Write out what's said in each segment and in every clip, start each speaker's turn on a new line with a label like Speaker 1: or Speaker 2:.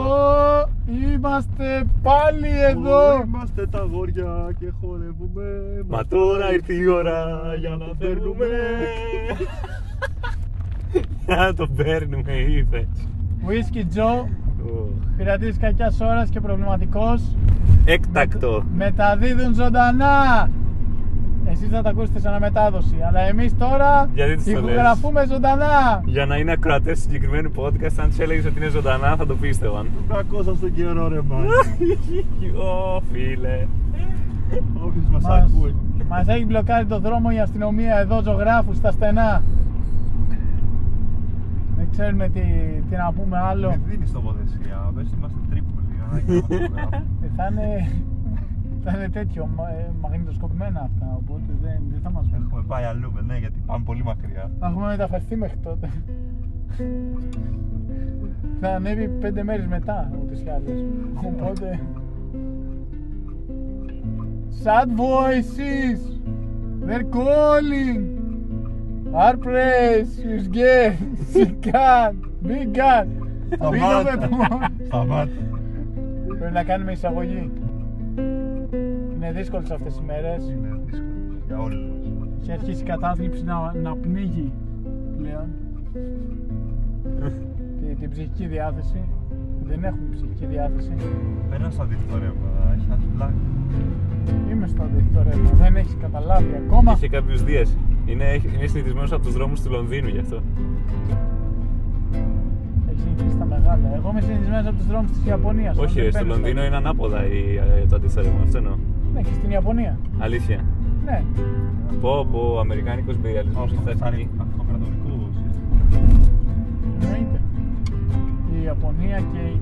Speaker 1: Ω, είμαστε πάλι εδώ.
Speaker 2: Είμαστε τα γόρια και χορεύουμε. Μα τώρα ήρθε η ώρα για να παίρνουμε. Να το παίρνουμε, είπε.
Speaker 1: Whisky Joe, πειρατής κακιάς ώρας και προβληματικός.
Speaker 2: Έκτακτο.
Speaker 1: Μεταδίδουν ζωντανά. Εσείς θα τα ακούσετε σαν αναμετάδοση, αλλά εμείς τώρα
Speaker 2: Γιατί τις το λες?
Speaker 1: ηχογραφούμε ζωντανά.
Speaker 2: Για να είναι ακροατές του συγκεκριμένου podcast, αν τους έλεγες ότι είναι ζωντανά, θα το πίστευαν.
Speaker 3: Κακό σας τον καιρό, ρε μα.
Speaker 2: Ω, φίλε.
Speaker 3: Όποιος μας
Speaker 1: Μας,
Speaker 3: ακούει.
Speaker 1: μας έχει μπλοκάρει το δρόμο η αστυνομία εδώ ζωγράφους στα στενά. Δεν ξέρουμε τι, τι να πούμε άλλο.
Speaker 3: Μην δίνεις τοποθεσία. Πες είμαστε Τρίπολη.
Speaker 1: Ε, θα, είναι, θα είναι τέτοιο, μα- ε, μαγνητοσκοπημένα αυτά, οπότε δεν, δεν θα μας βγουν.
Speaker 3: Έχουμε πάει αλλού, με, ναι, γιατί πάμε πολύ μακριά.
Speaker 1: Έχουμε μεταφερθεί μέχρι τότε. θα ανέβει πέντε μέρες μετά, ούτως ή άλλως. Οπότε... Sad voices! They're calling! Our precious guests! Can! Big gun!
Speaker 3: Σταμάτα. Σταμάτα.
Speaker 1: Πρέπει να κάνουμε εισαγωγή. Είναι δύσκολες αυτές οι μέρες.
Speaker 3: Είναι δύσκολο για όλους μας.
Speaker 1: Έχει αρχίσει η κατάθλιψη να, να πνίγει πλέον. Τη- την ψυχική διάθεση. Δεν έχουμε ψυχική διάθεση.
Speaker 3: Πέρα στο αντίθετο ρεύμα, έχει χάσει πλάκα.
Speaker 1: Είμαι στο αντίθετο ρεύμα. Δεν έχεις καταλάβει ακόμα.
Speaker 2: Είχε κάποιους δίες. Είναι, είναι συνηθισμένος από τους δρόμους του Λονδίνου γι' αυτό.
Speaker 1: Έχεις συνηθίσει τα μεγάλα. Εγώ είμαι συνηθισμένος από τους δρόμους της Ιαπωνίας.
Speaker 2: Όχι, ρε, στο Λονδίνο είναι ανάποδα η, ε, το αντίθετο ρεύμα. Αυτό εννοώ.
Speaker 1: Ναι, και στην Ιαπωνία.
Speaker 2: Αλήθεια.
Speaker 1: Ναι.
Speaker 2: Πω, πω, Αμερικάνικος περιαλισμό
Speaker 3: Αυτό
Speaker 2: στα αρχή.
Speaker 3: αυτοκρατορικό
Speaker 1: Εννοείται. Η Ιαπωνία και η,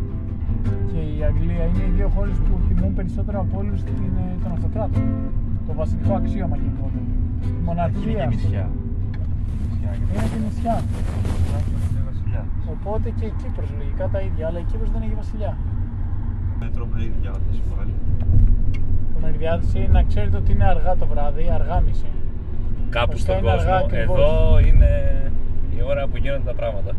Speaker 1: και η Αγγλία είναι οι δύο χώρες που τιμούν περισσότερο από όλους τον αυτοκράτο. Το βασιλικό αξίωμα γενικότερα. Τη μοναρχία.
Speaker 3: Είναι και νησιά.
Speaker 1: Είναι και νησιά. Οπότε και η Κύπρος λογικά τα ίδια, αλλά η Κύπρος δεν έχει βασιλιά.
Speaker 3: Δεν τρώμε ίδια άδεια πάλι.
Speaker 1: Το μεριδιάδηση είναι να ξέρετε ότι είναι αργά το βράδυ, αργά μισή.
Speaker 2: Κάπου
Speaker 1: Βασικά
Speaker 2: στον
Speaker 1: είναι αργά
Speaker 2: κόσμο.
Speaker 1: ακριβώς.
Speaker 2: Εδώ είναι η ώρα που γίνονται τα πράγματα.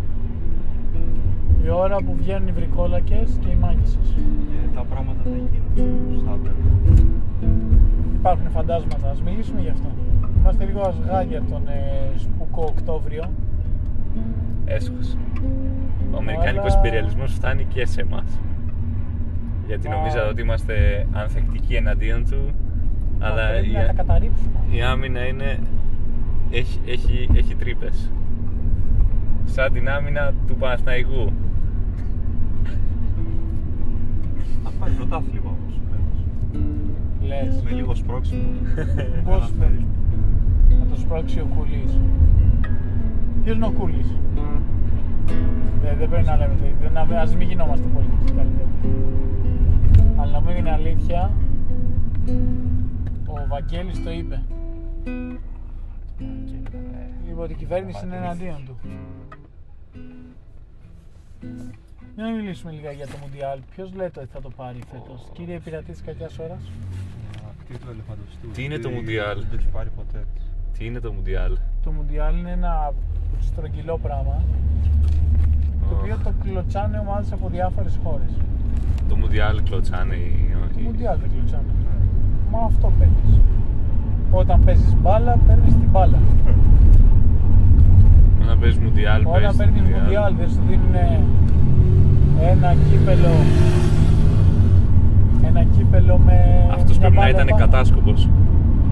Speaker 1: Η ώρα που βγαίνουν οι βρικόλακες και οι μάγισσες.
Speaker 3: Και τα πράγματα δεν γίνονται. Σωστά πρέπει.
Speaker 1: Υπάρχουν φαντάσματα, ας μιλήσουμε γι' αυτό. Είμαστε λίγο αργά για τον ε, σπουκό Οκτώβριο.
Speaker 2: Έσχος. Ο Αμερικάνικο
Speaker 1: Αλλά-
Speaker 2: υπεριαλισμό φτάνει και σε εμάς. Γιατί
Speaker 1: Μα-
Speaker 2: νομίζατε ότι είμαστε ανθεκτικοί εναντίον του,
Speaker 1: Μα
Speaker 2: αλλά
Speaker 1: πρέπει
Speaker 2: η,
Speaker 1: να τα καταρρύψουμε.
Speaker 2: η άμυνα είναι. έχει, έχει, έχει τρύπες. Σαν την άμυνα του Παναθηναϊκού.
Speaker 3: Θα πάει πρωτάθλημα όμως.
Speaker 1: Λες,
Speaker 3: Με λίγο σπρόξιμο.
Speaker 1: πώς
Speaker 3: Καταφέρεις.
Speaker 1: να το σπρώξει ο Κούλης. Ποιος είναι ο Κούλης. Δεν, δεν πρέπει να λέμε, τέτοια- δεν, να- ας μην γινόμαστε πολιτικοί καλύτερα. Αλλά να μην είναι αλήθεια, ο Βαγγέλης το είπε. Είπε ότι η κυβέρνηση είναι εναντίον του. Για να μιλήσουμε λίγα για το Μουντιάλ. Ποιος λέτε ότι θα το πάρει φέτος, κύριε πειρατής τη κακιάς ώρας.
Speaker 3: Ακτή του ελεφαντοστού.
Speaker 2: Τι είναι το
Speaker 3: Τι-
Speaker 2: Μουντιάλ?
Speaker 3: Δεν το έχει πάρει ποτέ.
Speaker 2: Τι είναι το Μουντιάλ.
Speaker 1: Το Μουντιάλ είναι ένα στρογγυλό πράγμα το οποίο το κλωτσάνε ομάδες από διάφορες χώρες.
Speaker 2: Το Μουντιάλ κλωτσάνε οι.
Speaker 1: Το
Speaker 2: οι-
Speaker 1: Μουντιάλ δεν κλωτσάνε. Μα αυτό παίρνεις. Όταν παίζεις μπάλα, παίρνεις την μπάλα.
Speaker 2: Όταν παίζεις Μουντιάλ,
Speaker 1: Όταν
Speaker 2: παίζεις
Speaker 1: παίρνεις Μουντιάλ, δεν σου δίνουν ένα κύπελο. Ένα κύπελο με.
Speaker 2: Αυτός
Speaker 1: μια
Speaker 2: πρέπει να
Speaker 1: μπάλα
Speaker 2: ήταν
Speaker 1: επάνω.
Speaker 2: κατάσκοπο.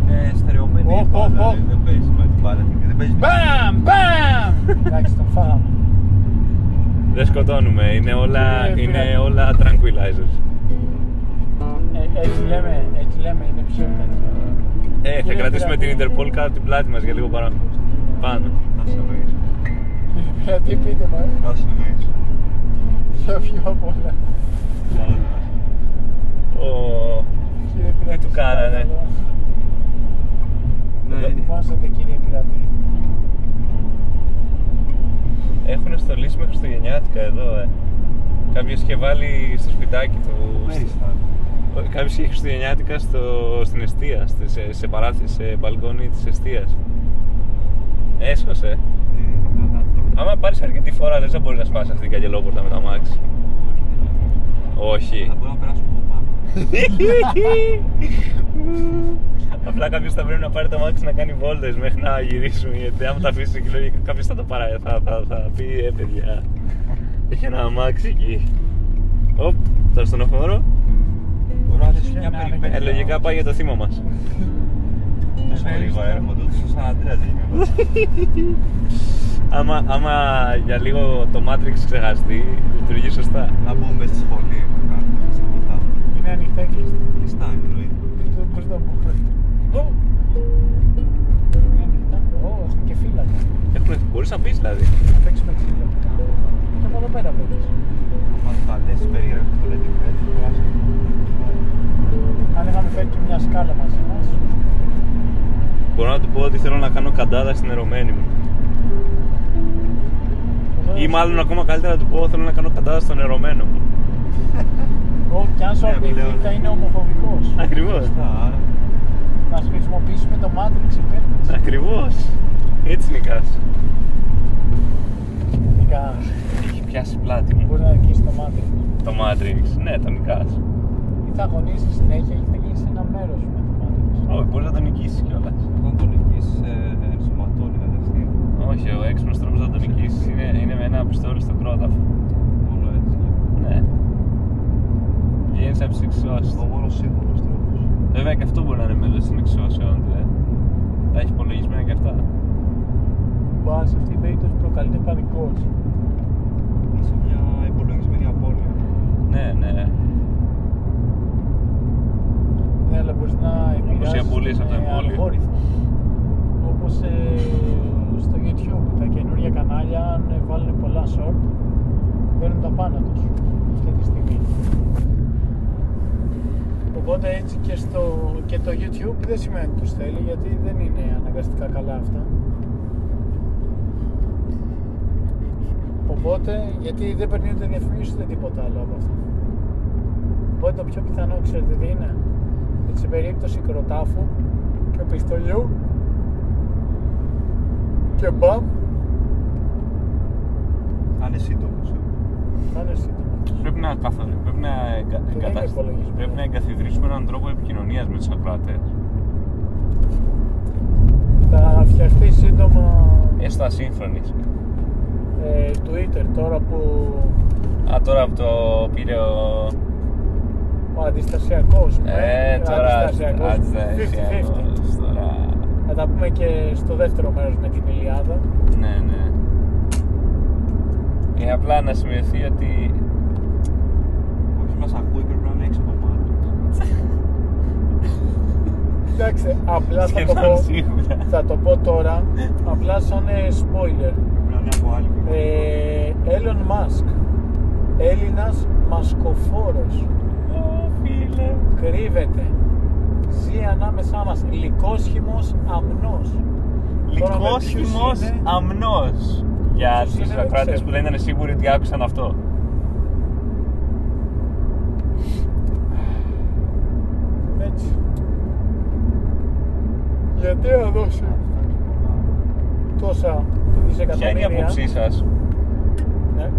Speaker 3: Ε, στερεωμένη
Speaker 1: Οχ,
Speaker 3: η μπάλα,
Speaker 1: οχ, οχ.
Speaker 3: ρε, Δεν παίζεις με την μπάλα. Δεν παίζεις με
Speaker 2: Μπαμ! Μπαμ!
Speaker 1: Εντάξει, τον φάγαμε.
Speaker 2: Δεν σκοτώνουμε, είναι όλα,
Speaker 1: Ε,
Speaker 2: είναι
Speaker 1: πειρά-
Speaker 2: όλα tranquilizers.
Speaker 1: Ε, έτσι λέμε, έτσι λέμε, είναι πιο τέτοιο.
Speaker 2: Ε, θα
Speaker 1: Πειρά-
Speaker 2: κρατήσουμε την
Speaker 1: πειρά-
Speaker 2: Interpol κάτω από την πλάτη μας για λίγο παρά... πάνω.
Speaker 3: την- Θα σε νοήσω.
Speaker 2: Ε.
Speaker 1: Γιατί πείτε μα,
Speaker 3: Θα σε νοήσω.
Speaker 1: για πιο πολλά.
Speaker 3: Μάλλον θα σε νοήσω.
Speaker 2: Ω,
Speaker 1: Κύριε Πειρατή,
Speaker 2: του κάνανε.
Speaker 1: παρακαλώ.
Speaker 3: Ναι,
Speaker 1: Δεν
Speaker 3: είναι-
Speaker 1: Θυμόσατε κύριε Πειρατή.
Speaker 2: Έχουν στολίσει με Χριστουγεννιάτικα εδώ, ε. Κάποιος είχε βάλει στο σπιτάκι του...
Speaker 3: μέρης θα είναι.
Speaker 2: στο- Κάποιος είχε Χριστουγεννιάτικα στο... στην εστία, στη- σε, σε παράθυρο, σε μπαλκόνι της εστίας. Έσχωσε.
Speaker 3: Ε, καλά,
Speaker 2: Άμα πάρεις αρκετή φορά, λες δεν μπορείς να σπάσεις αυτή την καγελόπορτα με τα μάξι.
Speaker 3: το-
Speaker 2: Όχι.
Speaker 4: Θα μπορούμε να περάσουμε από πάνω.
Speaker 2: Απλά κάποιος θα πρέπει να πάρει το μάτι να κάνει βόλτες μέχρι να γυρίσουμε. Γιατί άμα τα αφήσει εκεί, λέει, κάποιος θα το πάρει. Θα, θα, θα πει, ε, παιδιά. Έχει ένα αμάξι εκεί. Οπ, τώρα στον οφόρο.
Speaker 4: Μπορούμε να θέσουμε
Speaker 1: Και
Speaker 4: μια
Speaker 1: να
Speaker 4: περιπέτεια.
Speaker 2: Ε, λογικά πάει για το θύμα μας.
Speaker 4: Τόσο γρήγορα έρχονται ούτε στο Σαν Αντρέα δεν είναι.
Speaker 2: Άμα, άμα για λίγο το Matrix ξεχαστεί, λειτουργεί σωστά.
Speaker 3: Να μπούμε στη σχολή. να κάνουμε τα σαματά.
Speaker 1: Είναι ανοιχτά και κλειστά.
Speaker 3: Κλειστά εννοείται.
Speaker 1: Δεν μπορείς να πω. Είναι ανοιχτά. Ω, έχουν και φύλακα.
Speaker 2: Έχουν, μπορείς να πεις δηλαδή.
Speaker 1: Να παίξουμε ξύλο. Και από εδώ πέρα παίρνεις.
Speaker 3: Άμα τα λες περίεργα το λέτε ε, πέντε, βάζεις.
Speaker 2: Ε.
Speaker 1: Αν είχαμε φέρει και μια σκάλα μαζί μας,
Speaker 2: Μπορώ να του πω ότι θέλω να κάνω καντάδα στην ερωμένη μου.
Speaker 1: εδώ-
Speaker 2: Ή μάλλον ακόμα καλύτερα να του πω θέλω να κάνω καντάδα στον ερωμένο μου.
Speaker 1: Ω, Κι αν σου
Speaker 3: Ναι,
Speaker 1: απειλεί,
Speaker 3: πλέον.
Speaker 1: θα είναι ομοφοβικός.
Speaker 2: Ακριβώς.
Speaker 3: Κλειστά, άρα.
Speaker 1: Να χρησιμοποιήσουμε το Matrix υπέρ της.
Speaker 2: Ακριβώς. Έτσι νικάς.
Speaker 1: Γενικά,
Speaker 2: Έχει πιάσει πλάτη μου.
Speaker 1: Μπορεί να νικήσει το Matrix.
Speaker 2: Το Matrix. Ναι, το νικάς.
Speaker 1: Ή θα αγωνίσεις συνέχεια ή θα γίνει σε ένα μέρος με το Matrix.
Speaker 2: Όχι, μπορείς να το νικήσεις κιόλας.
Speaker 3: Όταν τον νικήσεις, ε, ενσωματώνει κατευθείαν.
Speaker 2: Όχι, ο έξυπνος τρόπος να το νικήσει είναι, είναι με ένα πιστόλι στον κρόταφο.
Speaker 3: Μόνο έτσι.
Speaker 2: Ναι. Βγαίνεις από του
Speaker 3: Ο μόνος σύγχρονος τρόπος.
Speaker 2: Βέβαια και αυτό μπορεί να είναι μέλος των εξώσεων του. ε. Τα έχει υπολογισμένα και αυτά.
Speaker 1: Μπας σε αυτή την περίπτωση προκαλείται πανικός.
Speaker 3: Είσαι μια υπολογισμένη απώλεια.
Speaker 2: Ναι, ναι.
Speaker 1: Ναι, αλλά μπορείς να επηρεάσεις.
Speaker 2: απολύσεις από τα εμβόλια.
Speaker 1: Όπως ε, στο YouTube, τα καινούργια κανάλια, αν ε, βάλουν πολλά short, παίρνουν τα πάνω τους αυτή τη στιγμή. Οπότε έτσι και, στο, και το YouTube δεν σημαίνει ότι τους θέλει γιατί δεν είναι αναγκαστικά καλά αυτά. Οπότε, γιατί δεν παίρνει ούτε διαφημίσει ούτε τίποτα άλλο από αυτά. Οπότε το πιο πιθανό, ξέρετε τι είναι, ότι σε περίπτωση κροτάφου και πιστολιού και μπαμ,
Speaker 3: Αν είναι σύντομος. ε.
Speaker 1: θα είναι σύντομα.
Speaker 2: Πρέπει να, καθορι... πρέπει να, εγκα...
Speaker 1: είναι
Speaker 2: εγκατασ-
Speaker 1: υπολογισμένο.
Speaker 2: πρέπει να εγκαθιδρύσουμε έναν τρόπο επικοινωνίας με τους ακροατές.
Speaker 1: Θα φτιαχτεί σύντομα
Speaker 2: Έστω ασύγχρονης.
Speaker 1: ε, Twitter τώρα που
Speaker 2: Α, τώρα από το πήρε ο...
Speaker 1: ο αντιστασιακός
Speaker 2: Ε,
Speaker 1: ο
Speaker 2: τώρα...
Speaker 1: αντιστασιακός,
Speaker 2: αντιστασιακός,
Speaker 1: 50-50.
Speaker 2: Τώρα...
Speaker 1: Θα τα πούμε και στο δεύτερο μέρος με την Ηλιάδα.
Speaker 2: Ναι, ναι. Ε, απλά να σημειωθεί ότι...
Speaker 3: Όποιος μας ακούει πρέπει να είναι έξω από το Matrix.
Speaker 1: Εντάξει, απλά θα το
Speaker 2: σχεδόν
Speaker 1: πω,
Speaker 2: σίγουρα.
Speaker 1: θα το πω τώρα, απλά σαν ε, spoiler.
Speaker 3: Πρέπει να είναι από άλλη πραγματικότητα.
Speaker 1: Ε, Elon Musk, Έλληνας μασκοφόρος,
Speaker 2: Ω, φίλε.
Speaker 1: κρύβεται, ζει ανάμεσά μας, λικός χυμός αμνός. Τώρα με
Speaker 2: Λυκός
Speaker 1: ποιους
Speaker 2: χυμός
Speaker 3: ε.
Speaker 1: είναι,
Speaker 2: αμνός. Για
Speaker 1: Ποιος
Speaker 2: τους
Speaker 1: είναι, δεν
Speaker 2: ακροατές
Speaker 1: ξέρω.
Speaker 2: που δεν ήταν σίγουροι ότι άκουσαν αυτό.
Speaker 1: Έτσι. Γιατί να δώσει τόσα
Speaker 2: Ποια είναι
Speaker 1: δισεκατομμύρια.
Speaker 2: η άποψή σας
Speaker 1: Ναι.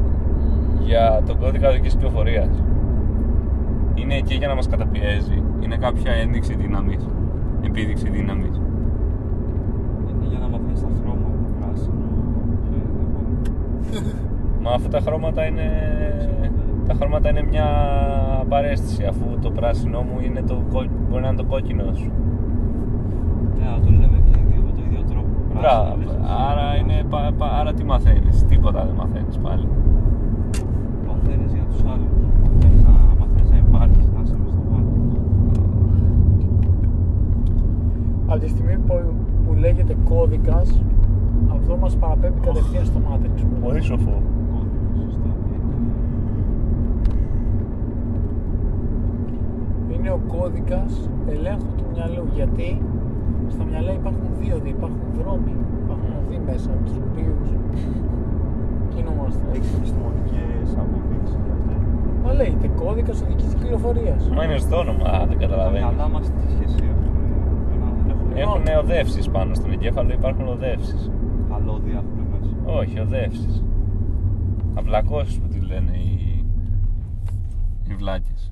Speaker 2: για τον κώδικα οδικής κυκλοφορίας. Είναι εκεί για να μας καταπιέζει. Είναι κάποια ένδειξη δύναμης. Επίδειξη δύναμης.
Speaker 3: Είναι για να μαθαίνεις τα χρώματα, πράσινο, ποιο είναι, δεν μπορώ.
Speaker 2: Μα αυτά τα χρώματα είναι. Τα χρώματα είναι μια παρέστηση αφού το πράσινό μου είναι το, κο- μπορεί να είναι το κόκκινο σου.
Speaker 3: Ναι, αλλά το λέμε και οι δύο με τον ίδιο τρόπο.
Speaker 2: Μπράβο. Άρα, είναι, πα- πα- άρα τι μαθαίνεις, τίποτα δεν μαθαίνεις πάλι.
Speaker 3: Μαθαίνεις για τους άλλους. Μαθαίνεις να, μαθαίνεις να υπάρχεις, να είσαι μες στο Matrix.
Speaker 1: Από τη στιγμή που, που λέγεται κώδικας, αυτό μας παραπέμπει κατευθείαν στο Matrix.
Speaker 2: σοφό.
Speaker 3: Κώδικας, σωστά.
Speaker 1: Είναι ο κώδικας ελέγχου του μυαλού. Γιατί στα μυαλά υπάρχουν δίωδοι, υπάρχουν δρόμοι, υπάρχουν οδοί μέσα από τους οποίους κινούμαστε.
Speaker 3: Έχεις επιστημονικές αποδείξεις γι' αυτό.
Speaker 1: Μα λέγεται κώδικας οδικής κυκλοφορίας.
Speaker 2: Μα είναι στο όνομα, δεν
Speaker 3: Τα
Speaker 2: καταλαβαίνεις.
Speaker 3: μυαλά μας τι σχέση έχουν. Ένα- Έχουν
Speaker 1: Ε.
Speaker 2: Έχουν οδεύσεις πάνω στον εγκέφαλο, υπάρχουν οδεύσεις.
Speaker 3: καλώδια έχουμε μέσα.
Speaker 2: Όχι, οδεύσεις. Απλακώσεις που τη λένε οι, οι βλάκες.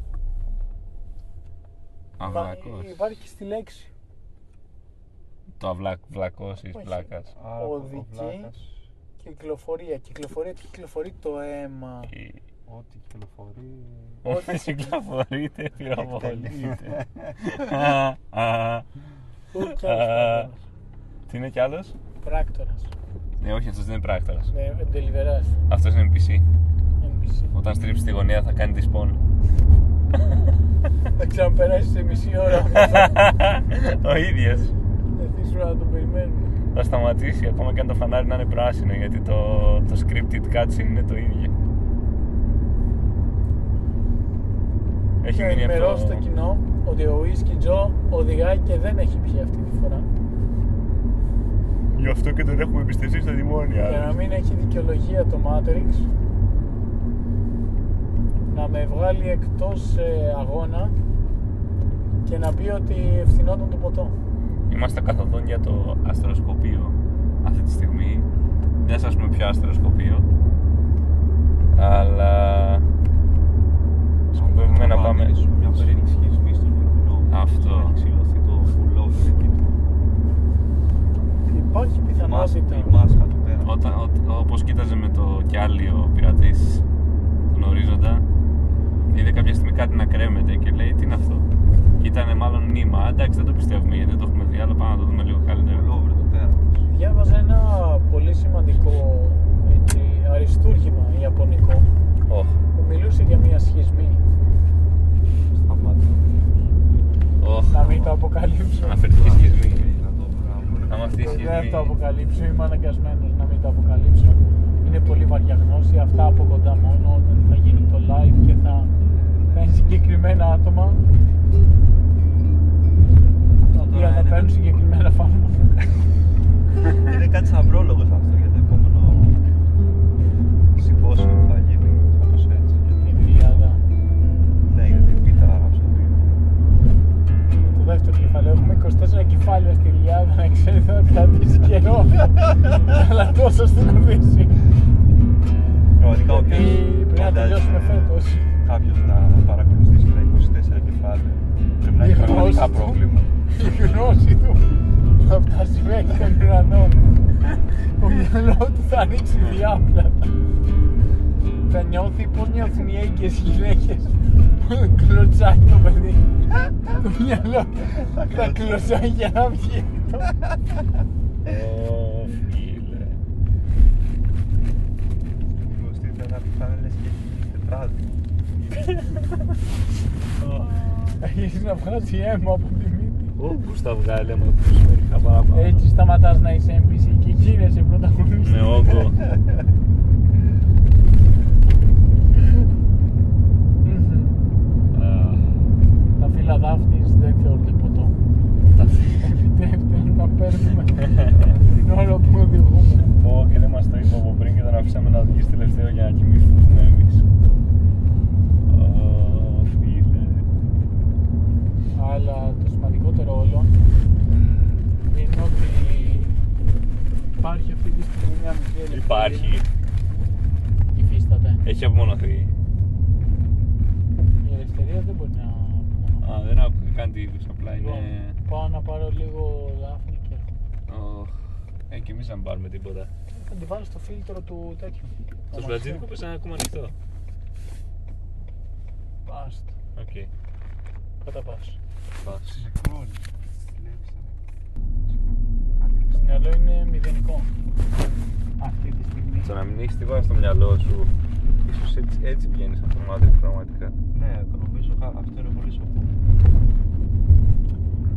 Speaker 1: Υπά-
Speaker 2: Αυλακός.
Speaker 1: Υπάρχει και στη λέξη.
Speaker 2: Το αυλακ, βλακός ή
Speaker 1: Όχι.
Speaker 2: βλάκας.
Speaker 1: Άρα, Οδική. βλάκας. Κυκλοφορία. Κυκλοφορία. Τι κυκλοφορεί το αίμα.
Speaker 2: Η-
Speaker 3: Ό,τι κυκλοφορεί.
Speaker 2: Ό,τι συγκλαφορείται, πυροβολείται. Α, α.
Speaker 1: Ούτε
Speaker 2: Α. Τι είναι κι άλλος?
Speaker 1: Πράκτορας.
Speaker 2: Ναι, όχι, αυτός δεν είναι πράκτορας.
Speaker 1: Ναι, εντελειβερά.
Speaker 2: Αυτός είναι NPC.
Speaker 1: NPC.
Speaker 2: Όταν στρίψεις τη γωνία θα κάνει τη σπον.
Speaker 1: Δεν ξέρω αν περάσεις σε μισή ώρα.
Speaker 2: Ο ίδιος.
Speaker 1: Δεν ξέρω να τον περιμένουμε.
Speaker 2: Θα σταματήσει ακόμα και αν το φανάρι να είναι πράσινο γιατί το, το scripted cutscene είναι το ίδιο. Έχει
Speaker 1: Και
Speaker 2: μείνει από
Speaker 1: ενημερώσει
Speaker 2: το...
Speaker 1: το κοινό ότι ο Ισκι Τζο οδηγάει και δεν έχει πιει αυτή τη φορά.
Speaker 2: Γι' αυτό και τον έχουμε εμπιστευτεί στα τιμόνια.
Speaker 1: Για να μην έχει δικαιολογία το Matrix να με βγάλει εκτός ε, αγώνα και να πει ότι ευθυνόταν το ποτό.
Speaker 2: Είμαστε καθοδόν για το αστεροσκοπείο αυτή τη στιγμή. Δεν σας πούμε ποιο αστεροσκοπείο. Αλλά... Σκοπεύουμε να πάμε...
Speaker 3: Σου μια περίεργη σχισμή στον ουρανό.
Speaker 2: Αυτό.
Speaker 3: Να ξυλωθεί το πουλόβερ εκεί του.
Speaker 1: Υπάρχει
Speaker 3: Η μάσκα, η
Speaker 1: πιθανότητα.
Speaker 3: μάσκα του πέρα.
Speaker 2: Όταν, ό, όπως κοίταζε με το κιάλι ο πειρατής τον ορίζοντα, είδε κάποια στιγμή κάτι να κρέμεται και λέει τι είναι αυτό. Και ήταν μάλλον νήμα. Εντάξει, δεν το πιστεύουμε γιατί δεν το έχουμε δει, αλλά πάμε να το δούμε λίγο
Speaker 3: Το
Speaker 2: καλύτερα.
Speaker 3: πουλόβερ του τέρατος.
Speaker 1: Διάβαζα ένα πολύ σημαντικό έτσι, αριστούργημα ιαπωνικό
Speaker 2: Οχ,
Speaker 1: που μιλούσε για μια σχισμή.
Speaker 3: Σταμάτα.
Speaker 2: οχ.
Speaker 1: Να μην το αποκαλύψω.
Speaker 2: Αναφερθήκε σχισμή.
Speaker 3: Να το πράγμα.
Speaker 2: Άμα αυτή η
Speaker 1: Δεν το
Speaker 2: σχισμή.
Speaker 1: αποκαλύψω, είμαι αναγκασμένος να μην το αποκαλύψω. Είναι πολύ βαριά γνώση. Αυτά από κοντά μόνο όταν θα γίνει το live και θα παίρνει συγκεκριμένα άτομα. Τα
Speaker 3: Αυτό
Speaker 1: οποία
Speaker 3: τώρα
Speaker 1: θα
Speaker 3: είναι-
Speaker 1: παίρνουν συγκεκριμένα φάρμακα.
Speaker 3: Είναι κάτι σαν πρόλογος αυτό για το επόμενο συμπόσιο που θα γίνει. Κάπως έτσι.
Speaker 1: Την τριάδα.
Speaker 3: Ναι, για την πίτα θα γράψω ότι
Speaker 1: Το δεύτερο κεφάλαιο. Έχουμε 24 κεφάλαια στη Ιλιάδα, να ξέρει θα κρατήσει καιρό. Αλλά τόσο στην Οδύση.
Speaker 3: Πραγματικά
Speaker 1: Γιατί
Speaker 3: όποιος
Speaker 1: πρέπει να
Speaker 3: φαντάζει
Speaker 1: τελειώσουμε φέτος.
Speaker 3: Κάποιος να παρακολουθήσει τα 24 κεφάλαια. Πρέπει να έχει
Speaker 1: Η γνώση
Speaker 3: πραγματικά
Speaker 1: του.
Speaker 3: πρόβλημα.
Speaker 1: Η γνώση του θα φτάσει μέχρι τον ουρανό. Το μυαλό του θα ανοίξει διάπλατα. Θα νιώθει πώς νιώθουν οι έγκυες γυναίκες που κλωτσάει το παιδί. Το μυαλό του θα κλωτσάει για να βγει.
Speaker 2: Ω, φίλε.
Speaker 3: Γνωστή θα είναι θα είναι λες και έχει τετράδι.
Speaker 1: Θα αρχίσει να βγάζει αίμα από τη μύτη.
Speaker 2: Ω, πού στα βγάλει άμα ακούς μερικά παραπάνω.
Speaker 1: Ε, Έτσι σταματάς να είσαι NPC και γίνεσαι πρωταγωνιστής.
Speaker 2: Με όγκο.
Speaker 1: Μμμ.
Speaker 2: Α,
Speaker 1: Τα φύλλα Δάφνης δεν θεωρούνται ποτό. Επιτρέπεται να παίρνουμε
Speaker 2: Ε.
Speaker 1: την ώρα που οδηγούμε.
Speaker 2: Πω και δεν μας το είπε από πριν και τον αφήσαμε να οδηγήσει τελευταίο για να κοιμηθούμε εμείς. Ω, φίλε.
Speaker 1: Αλλά το σημαντικότερο όλο είναι ότι υπάρχει αυτή τη στιγμή μια μικρή ελευθερία.
Speaker 2: Υπάρχει. Ε.
Speaker 1: Υφίσταται.
Speaker 2: Έχει απομονωθεί.
Speaker 1: Η ελευθερία δεν μπορεί να
Speaker 2: Α, δεν άκουγα καν τη είδους, απλά
Speaker 1: Λοιπόν,
Speaker 2: είναι...
Speaker 1: Πάω να πάρω λίγο Δάφνη και
Speaker 2: Οχ. Ε, και εμείς να μην πάρουμε τίποτα.
Speaker 1: θα την βάλω στο φίλτρο του τέτοιου.
Speaker 2: Το σουβλατζίδικο πες ένα ακόμα ανοιχτό.
Speaker 1: Πάστα.
Speaker 2: Οκ.
Speaker 1: Κατά πάση.
Speaker 2: Πας.
Speaker 3: Συγχρόνη. Κλέψτε
Speaker 1: Το
Speaker 3: με.
Speaker 1: μυαλό είναι μηδενικό. Αυτή τη στιγμή.
Speaker 2: Το να μην έχεις τίποτα στο μυαλό σου, ίσως έτσι, έτσι βγαίνεις από το μάτι πραγματικά.
Speaker 3: Ναι, νομίζω κα- αυτό είναι πολύ σοφό.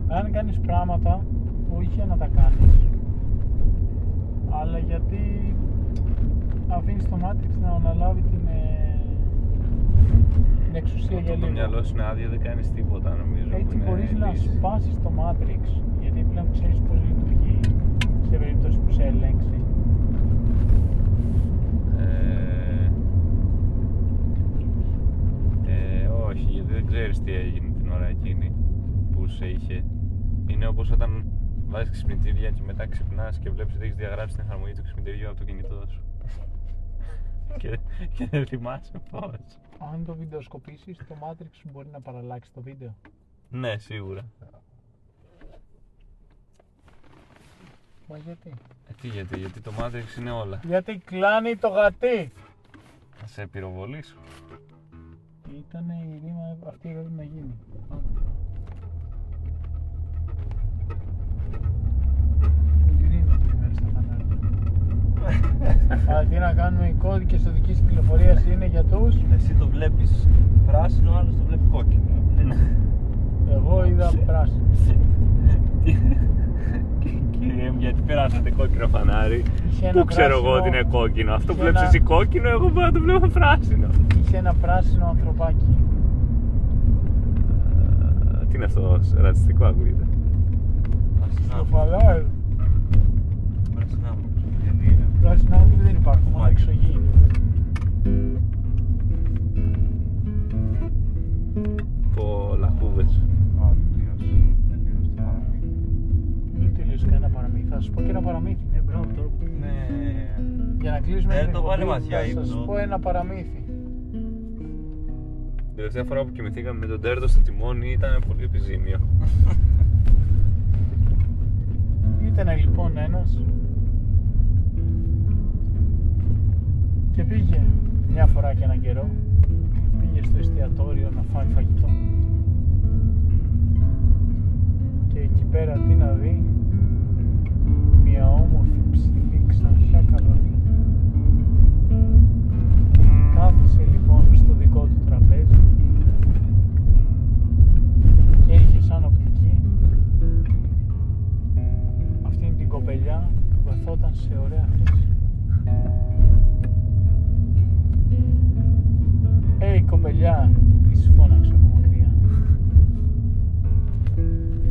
Speaker 1: αν κάνεις πράγματα που είχε να τα κάνεις αλλά γιατί αφήνεις το Matrix να αναλάβει την, ε, την εξουσία για
Speaker 2: Όταν
Speaker 1: λίγο.
Speaker 2: το μυαλό σου είναι άδειο δεν κάνεις τίποτα νομίζω.
Speaker 1: Έτσι
Speaker 2: που είναι
Speaker 1: μπορείς να
Speaker 2: λύση.
Speaker 1: σπάσεις το Matrix γιατί πλέον ξέρεις πώς λειτουργεί σε περίπτωση που σε ελέγξει.
Speaker 2: Ε, ε, όχι, γιατί δεν ξέρεις τι έγινε την ώρα εκείνη που σε είχε. Είναι όπως όταν βάζεις ξυπνητήρια και μετά ξυπνάς και βλέπεις ότι έχεις διαγράψει την εφαρμογή του ξυπνητήριου από το κινητό σου. και, και δεν θυμάσαι πώς.
Speaker 1: Αν το βιντεοσκοπήσεις, το Matrix μπορεί να παραλλάξει το βίντεο.
Speaker 2: Ναι, σίγουρα.
Speaker 1: Μα γιατί.
Speaker 2: Ε, τι γιατί, γιατί το Matrix είναι όλα.
Speaker 1: Γιατί κλάνει το γατί.
Speaker 2: Θα σε πυροβολήσω.
Speaker 1: Ήταν η ρήμα αυτή που έπρεπε να γίνει. Γκρίνο πηγαίνει στα φανάρια. Αλλά τι να κάνουμε, οι κώδικες οδικής κυκλοφορίας είναι για τους.
Speaker 3: Εσύ το βλέπεις πράσινο, ο άλλος το βλέπει κόκκινο.
Speaker 1: Εγώ είδα πράσινο.
Speaker 2: Κύριε μου, γιατί περάσατε κόκκινο φανάρι.
Speaker 1: Είχε ένα
Speaker 2: Πού ξέρω εγώ
Speaker 1: πράσινο-
Speaker 2: ότι είναι κόκκινο. Αυτό που
Speaker 1: είχε
Speaker 2: βλέπεις
Speaker 1: ένα-
Speaker 2: εσύ κόκκινο, εγώ μπορώ να το βλέπω πράσινο.
Speaker 1: Είχε ένα πράσινο ανθρωπάκι.
Speaker 2: Ε, Τι είναι αυτό, ρατσιστικό ακούγεται.
Speaker 1: Το
Speaker 3: Πράσινο.
Speaker 1: φαλάρι.
Speaker 3: Πράσινο. Δεν είναι.
Speaker 1: Πράσινα άνθρωποι δεν υπάρχουν, μόνο
Speaker 3: Μάλιστα.
Speaker 1: εξωγήινοι.
Speaker 2: Πολλά κούβες.
Speaker 3: Α, τελείωσε. Τελείωσε το παραμύθι.
Speaker 1: Δεν τελείωσες κανένα παραμύθι. Θα σου πω και ένα παραμύθι. Ναι, μπράβο τώρα. που-
Speaker 3: Ναι.
Speaker 1: Για να κλείσουμε
Speaker 3: Ε,
Speaker 1: την
Speaker 3: το
Speaker 1: εκπομπή,
Speaker 3: βάλε ματιά,
Speaker 1: Θα σας
Speaker 3: ύπνο.
Speaker 1: πω ένα παραμύθι.
Speaker 2: Τελευταία φορά που κοιμηθήκαμε με τον Τέρντο στο τιμόνι ήταν πολύ επιζήμιο.
Speaker 1: Ήταν λοιπόν ένας και πήγε μια φορά και έναν καιρό. Πήγε στο εστιατόριο να φάει φαγητό. Και εκεί πέρα τι να δει, μια όμορφη ψηλή ξανθιά καλονή. Κάθισε λοιπόν στο δικό του τραπέζι και είχε σαν οπτική αυτήν την κοπελιά που καθόταν σε ωραία θέση. «Ε, η κοπελιά», της φώναξε από μακριά.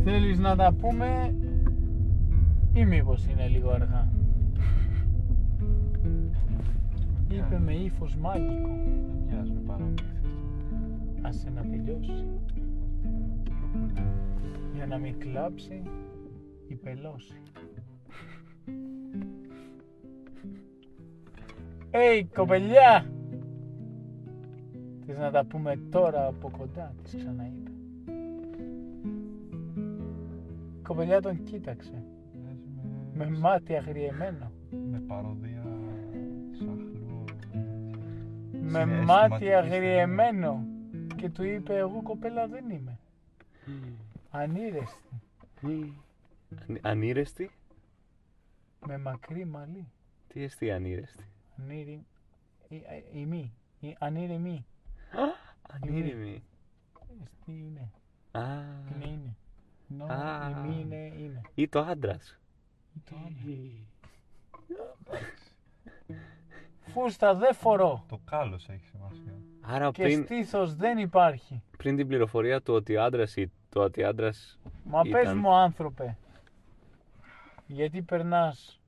Speaker 1: «Θέλεις να τα πούμε ή μήπως είναι λίγο αργά» είπε με ύφος μάγικο.
Speaker 3: Δεν μοιάζει με παραμύθι.
Speaker 1: Άσε να τελειώσει για να μην κλάψει η πελώση. «Ει κοπελιά! Θες να τα πούμε τώρα από κοντά» της ξαναείπε. Η κοπελιά τον κοίταξε
Speaker 3: Μοιάζει
Speaker 1: με μάτι αγριεμένο.
Speaker 3: με παροδία σαχλού.
Speaker 1: Με
Speaker 3: Συναισθηματική
Speaker 1: μάτι
Speaker 3: στιγμή.
Speaker 1: αγριεμένο και του είπε εγώ κοπέλα δεν είμαι. Ανήρεστη,
Speaker 2: Αν- Ανήρεστη.
Speaker 1: με μακρύ μαλλί.
Speaker 2: Τι εστί ανήρεστη.
Speaker 1: Ανήρη, η, ε, η, η μη, η ανήρημη.
Speaker 2: Ανήρημη.
Speaker 1: Τι είναι,
Speaker 2: Α.
Speaker 1: είναι, είναι. Νο,
Speaker 2: Α.
Speaker 1: η μη είναι, είναι.
Speaker 2: Ή το άντρας.
Speaker 1: Φούστα δεν φορώ
Speaker 3: Το κάλος έχει σημασία.
Speaker 2: Άρα
Speaker 1: και
Speaker 2: πριν,
Speaker 1: στήθος δεν υπάρχει.
Speaker 2: πριν την πληροφορία του ότι άντρας ή το ότι άντρας.
Speaker 1: Μα πες
Speaker 2: Ήταν.
Speaker 1: μου άνθρωπε, γιατί περνάς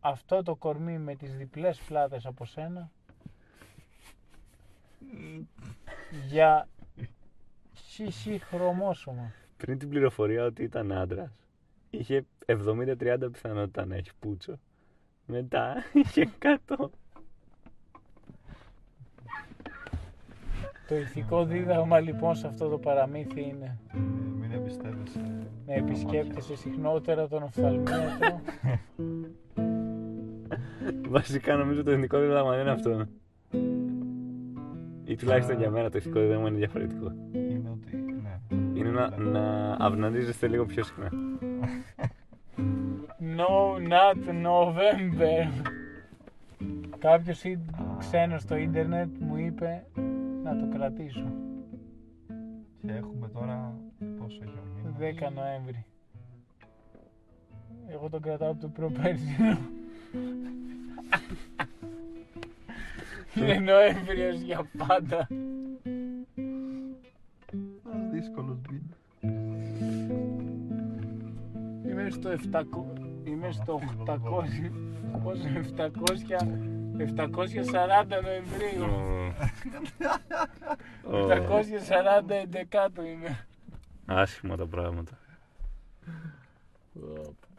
Speaker 1: αυτό το κορμί με τις διπλές πλάτες από σένα για χισί χρωμόσωμα.
Speaker 2: Πριν την πληροφορία ότι ήταν άντρας. Είχε 70-30 πιθανότητα να έχει πούτσο. Μετά είχε 100.
Speaker 1: Το ηθικό δίδαγμα λοιπόν σε αυτό το παραμύθι είναι
Speaker 3: Ε, Μην εμπιστεύεσαι.
Speaker 1: να επισκέπτεσαι συχνότερα τον οφθαλμίατρο
Speaker 2: Βασικά νομίζω το εθνικό δίδαγμα δεν είναι αυτό. Ή τουλάχιστον για μένα το εθνικό δίδαγμα είναι διαφορετικό.
Speaker 3: Είναι ότι. Ναι.
Speaker 2: Είναι να, να αυνανίζεστε λίγο πιο συχνά.
Speaker 1: No, not November. Κάποιος ή- ξένος στο ίντερνετ μου είπε να το κρατήσω.
Speaker 3: Και έχουμε τώρα. Πόσο έχει ο μήνας?
Speaker 1: 10 Νοέμβρη. Εγώ τον κρατάω από το προπέρσινο. Είναι Νοέμβριος για πάντα.
Speaker 3: Ένας δύσκολος μήνας.
Speaker 1: Είμαι στο 700. Είμαι στο 800. Πόσο 700. 740 Νοεμβρίου. 740 εντεκάτου είμαι.
Speaker 2: Άσχημα τα πράγματα.
Speaker 1: Ωπα.